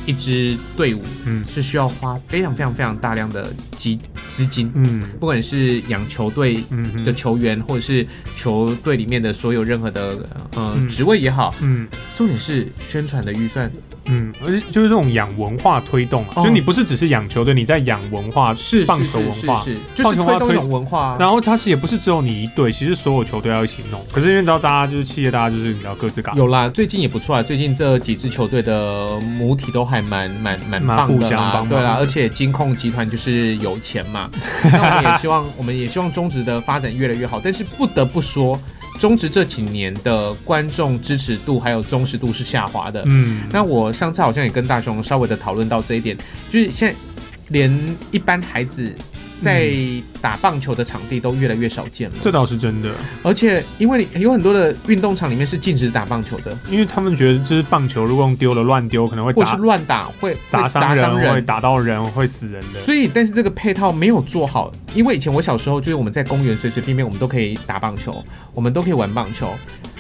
S2: 一支队伍，
S1: 嗯
S2: 嗯，是需要花非常非常非常大量的资资金，
S1: 嗯
S2: 不管是养球队
S1: 嗯哼
S2: 的球员，或者是球队里面的所有任何的呃
S1: 嗯
S2: 职位也好，
S1: 嗯
S2: 重点是宣传的预算
S1: 嗯，而且就是这种养文化推动啊，
S2: 哦
S1: 就你不是只是养球队，你在养文化，
S2: 是
S1: 棒球文化。
S2: 是是是就是推动一种文化啊。
S1: 然后它其实也不是只有你一队，其实所有球队要一起弄。可是因为你知道，大家就是企业，大家就是你知道各自搞，
S2: 有啦，最近也不错啊。最近这几支球队的母体都还蛮蛮蛮
S1: 蛮
S2: 棒
S1: 互
S2: 的
S1: 相帮
S2: 啦
S1: 忙，
S2: 对啦
S1: 的，
S2: 而且金控集团就是有钱
S1: <laughs>
S2: 嘛。那我们也希望，我们也希望中职的发展越来越好。但是不得不说，中职这几年的观众支持度还有忠实度是下滑的。
S1: 嗯，
S2: 那我上次好像也跟大雄稍微的讨论到这一点，就是现在连一般孩子在打棒球的场地都越来越少见了。
S1: 嗯这倒是真的，
S2: 而且因为有很多的运动场里面是禁止打棒球的，
S1: 因为他们觉得这是棒球，如果用丢了乱丢，可能会
S2: 或是
S1: 砸
S2: 乱打会会
S1: 砸
S2: 砸
S1: 人，
S2: 伤
S1: 会
S2: 人。
S1: 打到人，会死人的。
S2: 所以，但是这个配套没有做好，因为以前我小时候就是我们在公园随随便便我们都可以打棒球，我们都可以玩棒球。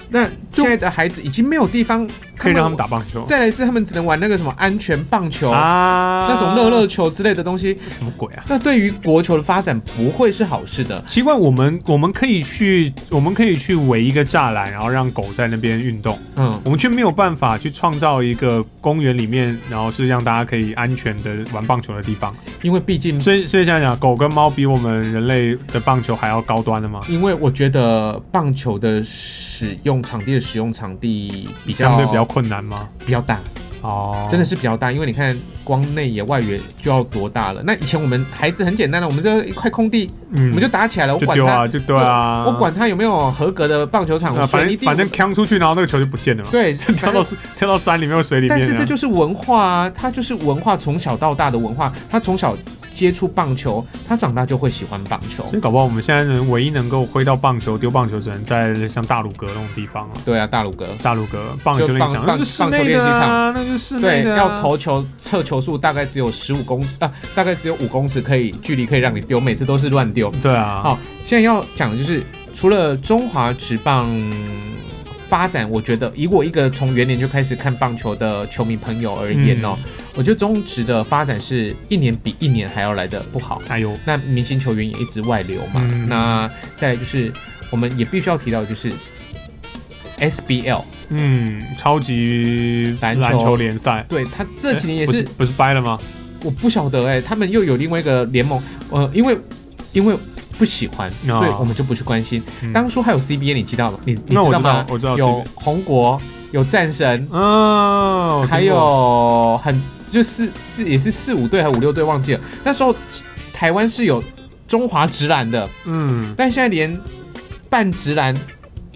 S2: 那现在的孩子已经没有地方
S1: 可以让他们打棒球
S2: 再来是他们只能玩那个什么安全棒球、
S1: 啊，
S2: 那种乐乐球之类的东西，
S1: 什么鬼啊？
S2: 那对于国球的发展不会是好事的。
S1: 奇怪，我们我们可以去，我们可以去围一个栅栏，然后让狗在那边运动，
S2: 嗯，
S1: 我们却没有办法去创造一个公园里面，然后是让大家可以安全的玩棒球的地方。
S2: 因为毕竟，
S1: 所以所以想想，狗跟猫比我们人类的棒球还要高端的吗？
S2: 因为我觉得棒球的使用场地的使用场地比较
S1: 相对比较困难吗？
S2: 比较大，
S1: 哦，
S2: 真的是比较大。因为你看，光内野外野就要多大了。那以前我们孩子很简单的，我们这一块空地，
S1: 嗯，
S2: 我们就打起来了，我
S1: 就
S2: 管
S1: 丢
S2: 他，
S1: 啊，就丢啊，
S2: 我管他有没有合格的棒球场，
S1: 啊，
S2: 我
S1: 反
S2: 水泥
S1: 正
S2: 地，
S1: 反正扛出去，然后那个 <laughs> 球就不见了嘛，
S2: 对，
S1: 跳
S2: 反
S1: 到
S2: 正
S1: 跳到山里面或水里面
S2: 但
S1: 啊。
S2: 是这就是文化啊，他就是文化，从小到大的文化，他从小接触棒球，他长大就会喜欢棒球
S1: 所。以搞不好我们现在人唯一能够挥到棒球、丢棒球，只能在像大鲁阁那种地方啊。
S2: 对啊，大鲁哥，
S1: 大鲁阁棒球
S2: 就
S1: 练习场，
S2: 棒
S1: 那
S2: 棒
S1: 就室内的啊，那就室内
S2: 对，
S1: 的啊。
S2: 要投球测球速大概只有十五公啊，大概只有五公尺可以距离可以让你丢，每次都是乱丢。
S1: 对啊，
S2: 好，哦现在要讲的就是除了中华职棒。发展，我觉得以我一个从元年就开始看棒球的球迷朋友而言哦，
S1: 嗯
S2: 我觉得中职的发展是一年比一年还要来的不好。
S1: 哎呦，
S2: 那明星球员也一直外流嘛。
S1: 嗯
S2: 那再来就是，我们也必须要提到，就是 SBL，
S1: 嗯，超级
S2: 篮球
S1: 篮球联赛
S2: 对他这几年也
S1: 哎不
S2: 是，
S1: 是不是掰了吗？
S2: 我不晓得哎、他们又有另外一个联盟，呃，因为因为不喜欢，
S1: 哦
S2: 所以我们就不去关心。
S1: 嗯
S2: 当初还有 CBA，你知道吗？你你
S1: 那我
S2: 道
S1: 知
S2: 吗
S1: 道，？我知道
S2: 有红国，有战神，
S1: 哦，我听过
S2: 还有很就四这也是四五队还是五六队忘记了。那时候台湾是有中华直男的，
S1: 嗯，
S2: 但现在连半直男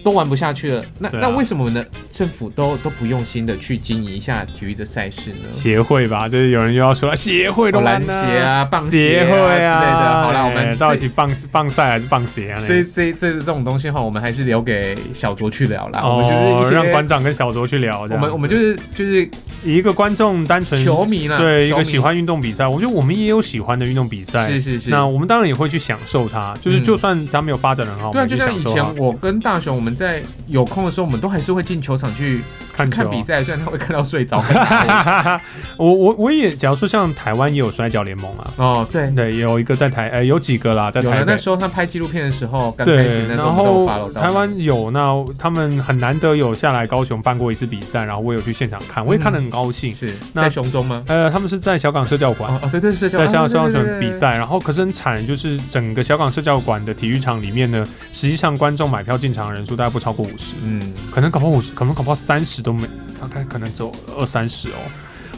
S2: 都玩不下去了，那、
S1: 对啊
S2: 那为什么我们的政府都都不用心的去经营一下体育的赛事呢？
S1: 协会吧，就是有人又要说啊协会都
S2: 哦篮
S1: 烂啊
S2: 协啊棒协
S1: 协
S2: 啊
S1: 会啊
S2: 之类的好啦
S1: 哎
S2: 我们
S1: 到底是棒棒赛还是棒协啊？
S2: 这这这这种东西哈，我们还是留给小卓去聊啦。
S1: 哦，
S2: 我们就是一
S1: 让
S2: 些
S1: 馆长跟小卓去聊，这样
S2: 我们
S1: 子
S2: 我们就是就是
S1: 一个观众单纯
S2: 球迷啦，
S1: 对一
S2: 球
S1: 个
S2: 迷
S1: 喜欢运动比赛，我觉得我们也有喜欢的运动比赛，
S2: 是是是。
S1: 那我们当然也会去享受它，就是
S2: 嗯
S1: 就算它没有发展得很好，我
S2: 对啊，
S1: 们
S2: 就
S1: 也
S2: 像
S1: 享
S2: 以
S1: 受它
S2: 前我跟大雄，我们在有空的时候，我们都还是会进球场去
S1: 看
S2: 看
S1: 球啊
S2: 比。赛，虽然他会看到睡着。很难
S1: <laughs> 我我我也，假如说像台湾也有摔跤联盟 <laughs> 啊，
S2: 哦，对，
S1: 对，有一个在台，呃，有几个啦，在
S2: 有
S1: 台
S2: 了
S1: 北
S2: 那。时候他拍纪录片的时候，刚开始
S1: 对，
S2: 那时
S1: 然
S2: 候我们都有 follow
S1: 后
S2: 到
S1: 台湾有那他们很难得有下来高雄办过一次比赛，然后我有去现场看，我也看得很高兴。
S2: 是
S1: 那
S2: 在雄中吗？
S1: 呃，他们是在小港社教馆，
S2: 哦哦，对对是
S1: 在香港社交
S2: 对对对
S1: 馆比赛，然后可是很惨，就是整个小港社交馆的体育场里面呢，实际上观众买票进场的人数大概不超过五十，
S2: 嗯，
S1: 可能搞不好五十，可能搞不好三十都没，大概可能只有二三十哦，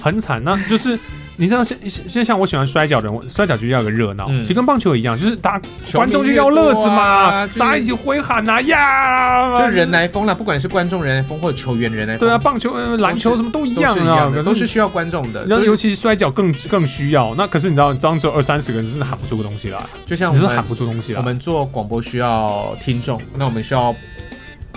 S1: 很惨。那就是你知道，现现现像我喜欢摔跤的人，我摔跤就要有个热闹，
S2: 嗯
S1: 其实跟棒球一样，就是大家
S2: 球迷
S1: 观众就要乐子
S2: 越多
S1: 嘛，
S2: 啊就是
S1: 大家一起挥喊呐、呀，
S2: 就人啊来疯了，不管是观众人来疯或者球员人来疯，
S1: 对啊，棒球、呃篮球
S2: 都是
S1: 什么都一
S2: 都
S1: 样
S2: 是一
S1: 啊
S2: 样，的，
S1: 可
S2: 都是。需要观众的。
S1: 然
S2: 都
S1: 后，
S2: 是
S1: 尤其是摔跤更更需要。那可是你知道，当只有二三十个人，真的喊不出个东西来。
S2: 就像
S1: 你
S2: 我
S1: 是喊
S2: 们
S1: 不出东西啊
S2: 我
S1: 来。
S2: 们做广播需要听众，那我们需要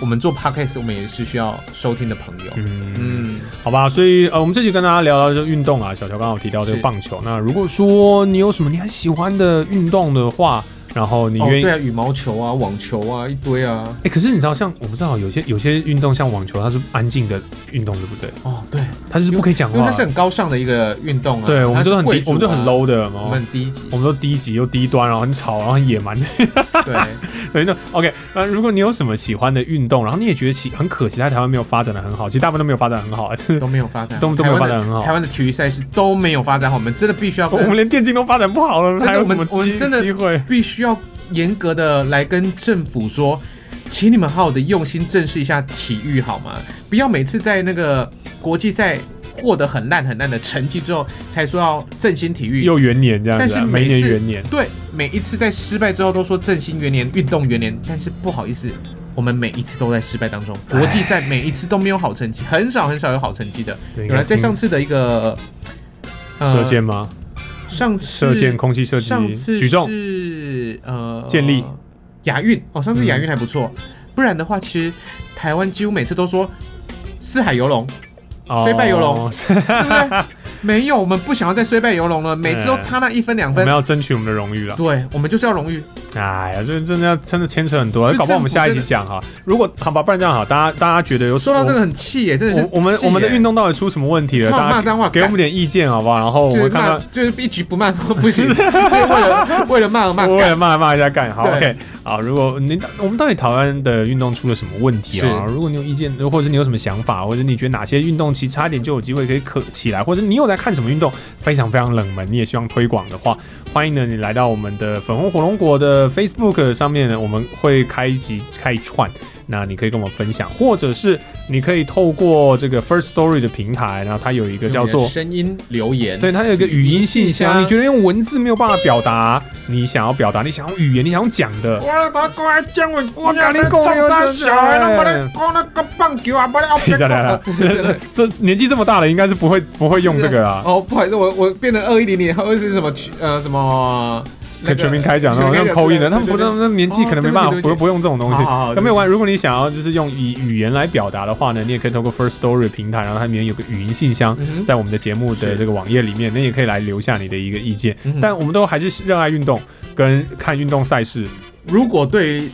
S2: 我们做 podcast，我们也是需要收听的朋友。
S1: 嗯，
S2: 嗯，
S1: 好吧，所以呃，我们这集跟大家聊聊这运动啊，小乔刚刚有提到这个
S2: 是
S1: 棒球。那如果说你有什么你很喜欢的运动的话，然后你
S2: 哦
S1: 愿意，
S2: 对
S1: 哎、
S2: 啊，羽毛球啊，网球啊，一堆啊。
S1: 可是你知道像我不知道有些有些运动像网球，它是安静的运动，对不对？
S2: 哦，对，
S1: 它就是不可以讲
S2: 因为
S1: 话
S2: 它。是很高尚的一个运动啊。
S1: 对，我们
S2: 它
S1: 都
S2: 是
S1: 很
S2: 贵
S1: 低，
S2: 族啊
S1: 我们都很 low 的，
S2: 我
S1: 哦
S2: 们很低级
S1: 我。们都低级又低端，然后很吵，然后很野蛮。 <laughs>
S2: 对，
S1: 对，那 OK，那如果你有什么喜欢的运动，然后你也觉得其很可惜，在台湾没有发展的很好，其实大部分都没有发展得很好，啊就是
S2: 都没有发展好，
S1: 都都没有
S2: 台
S1: 发
S2: 湾
S1: 展
S2: 的
S1: 得很好
S2: 台。湾的体育赛事都没有发展好，我们真的必须要
S1: <laughs> 我
S2: 跟
S1: 们连电竞都发展不好了，
S2: 真的
S1: 还有什么
S2: 我们我
S1: 机
S2: 们真的
S1: 机会？
S2: 必须要严格的来跟政府说，请你们好好的用心正视一下体育好吗？不要每次在那个国际赛获得很烂很烂的成绩之后，才说要振兴体育。
S1: 又元年这样子啊、
S2: 但是每
S1: 每年
S2: 次
S1: 元年，
S2: 对，每一次在失败之后都说振兴元年、运动元年，但是不好意思。我们每一次都在失败当中，国际赛每一次都没有好成绩，很少很少有好成绩的。啊
S1: 对嗯
S2: 有了，在上次的一个，
S1: 射箭吗？
S2: 上次
S1: 射箭、空气射击
S2: 呃上、次
S1: 举重，
S2: 是呃
S1: 健力
S2: 亚运哦，上次
S1: 嗯
S2: 亚运还不错，不然的话，其实台湾几乎每次都说四海游龙，虽败犹荣
S1: 哦 <laughs>
S2: 对不对？没有，我们不想要再虽败游龙了，每次都差那一分两
S1: 我
S2: 分 <laughs>
S1: 们。要争取我们的荣誉了。
S2: 对，我们就是要荣誉。
S1: 哎呀，这真的要真的牵扯很多，
S2: 就
S1: 搞不好我们
S2: 政
S1: 下
S2: 府
S1: 一
S2: 真
S1: 集
S2: 的
S1: 讲哈。如果好吧，不然这样好，大家大家觉得有
S2: 说到这个很气耶，真的是
S1: 我我们
S2: 气耶
S1: 我们的运动到底出什么问题了？
S2: 超
S1: 大
S2: 骂
S1: 家
S2: 脏话，
S1: 给我们点意见好不好？然后我
S2: 干就是
S1: 们看
S2: 骂
S1: 看，，
S2: 就是一局不骂都不
S1: <laughs>
S2: 行，就是为了为了骂而骂
S1: 我。
S2: 干
S1: 也骂骂一下干好
S2: 对
S1: OK 好。如果你我们到底台湾的运动出了什么问题啊？如果你有意见，或者是你有什么想法，或者你觉得哪些运动其实差一点就有机会可以可起来，或者你有在看什么运动非常非常冷门，你也希望推广的话，欢迎呢你来到我们的粉红火龙果的 Facebook 上面呢，我们会开一集开一串。那你可以跟我们分享，或者是你可以透过这个 First Story 的平台，然后它有一个叫
S2: 用你
S1: 做
S2: 的声音留言，
S1: 对，它有一个语音信箱。
S2: 语音信箱
S1: 你觉得用文字没有办法表达你想要表达，你想用语言，你想用讲
S2: <laughs>
S1: 的，
S2: 我把过来讲我，
S1: 我跟你讲
S2: 冲啥小孩，
S1: 真的
S2: 我把你讲那个棒球啊，
S1: <laughs>
S2: 把你奥
S1: 等一下，等一下，
S2: <laughs> 真的
S1: 这年纪这么大了，应该是不会不会用这个啊。
S2: 哦，不好意思，我我变成二一零零，或者是什么去呃什么那
S1: 可
S2: 个
S1: 全民开讲那种
S2: 啊全
S1: 用
S2: 民开讲
S1: 口音的，
S2: 对对
S1: 他们不
S2: 对
S1: 那
S2: 对
S1: 那年纪可能没
S2: 哦
S1: 办法
S2: 对不起对
S1: 不
S2: 不起
S1: 不用这种东西
S2: 好好好。
S1: 那没有关系，如果你想要就是用以语言来表达的话呢，你也可以透过 First Story 平台，然后它里面有个语音信箱
S2: 嗯，哼
S1: 在我们的节目的
S2: 是
S1: 这个网页里面，那也可以来留下你的一个意见
S2: 嗯。哼
S1: 但我们都还是热爱运动跟看运动赛事，
S2: 如果对于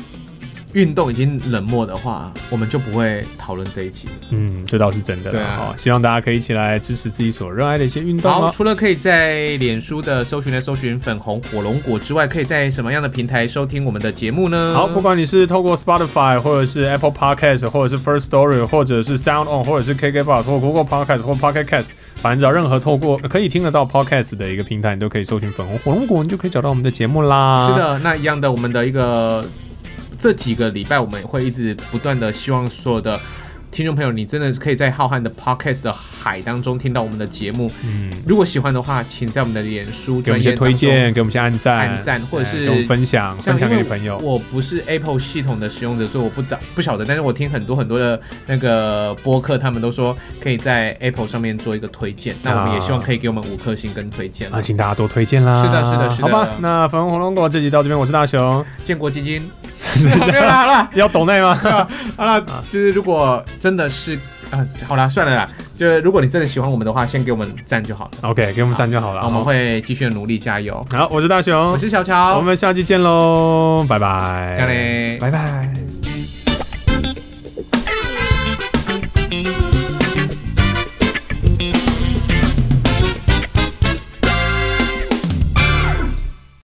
S2: 运动已经冷漠的话，我们就不会讨论这一期。
S1: 嗯，这倒是真的啦。
S2: 对啊
S1: 哦希望大家可以一起来支持自己所热爱的一些运动
S2: 好，
S1: 哦。
S2: 除了可以在脸书的搜寻来搜寻粉红火龙果之外，可以在什么样的平台收听我们的节目呢？
S1: 好，不管你是透过 Spotify 或者是 Apple Podcast，或者是 First Story，或者是 Sound On，或者是 KKBox 或 Google Podcast 或 Pocket Cast，反正只要任何透过可以听得到 Podcast 的一个平台，你都可以搜寻粉红火龙果，你就可以找到我们的节目啦。
S2: 是，的，那一样的，我们的一个这几个礼拜，我们会一直不断的希望所有的听众朋友，你真的可以在浩瀚的 podcast 的海当中听到我们的节目。
S1: 嗯，
S2: 如果喜欢的话，请在我们的脸书
S1: 给我们
S2: 专
S1: 一
S2: 业
S1: 些推荐，给我们一些按赞，
S2: 按赞或者是
S1: 哎给我们分享，
S2: 像
S1: 分享给
S2: 因
S1: 你
S2: 为
S1: 朋友。
S2: 我不是 Apple 系统的使用者，所以我不早不晓得，但是我听很多很多的那个播客，他们都说可以在 Apple 上面做一个推荐。那我们也希望可以给我们五颗星跟推荐。
S1: 啊，请大家多推荐啦！
S2: 是的是的是
S1: 好
S2: 的
S1: 吧，那粉红火龙果这集到这边，我是大雄，
S2: 建国基金， <laughs> 没有啦，好啦，
S1: 要懂内
S2: <laughs>
S1: 吗？
S2: 好啦，就是如果真的是啊，好啦，算了啦，就是如果你真的喜欢我们的话，先给我们赞就好
S1: <laughs>
S2: 了，
S1: OK，给我们赞就好了。
S2: 我们
S1: 好
S2: 会继续努力加油。
S1: 好，我是大雄
S2: 我，是小
S1: 我
S2: 乔，
S1: 们下期见喽，拜拜，
S2: 再见。
S1: 拜拜。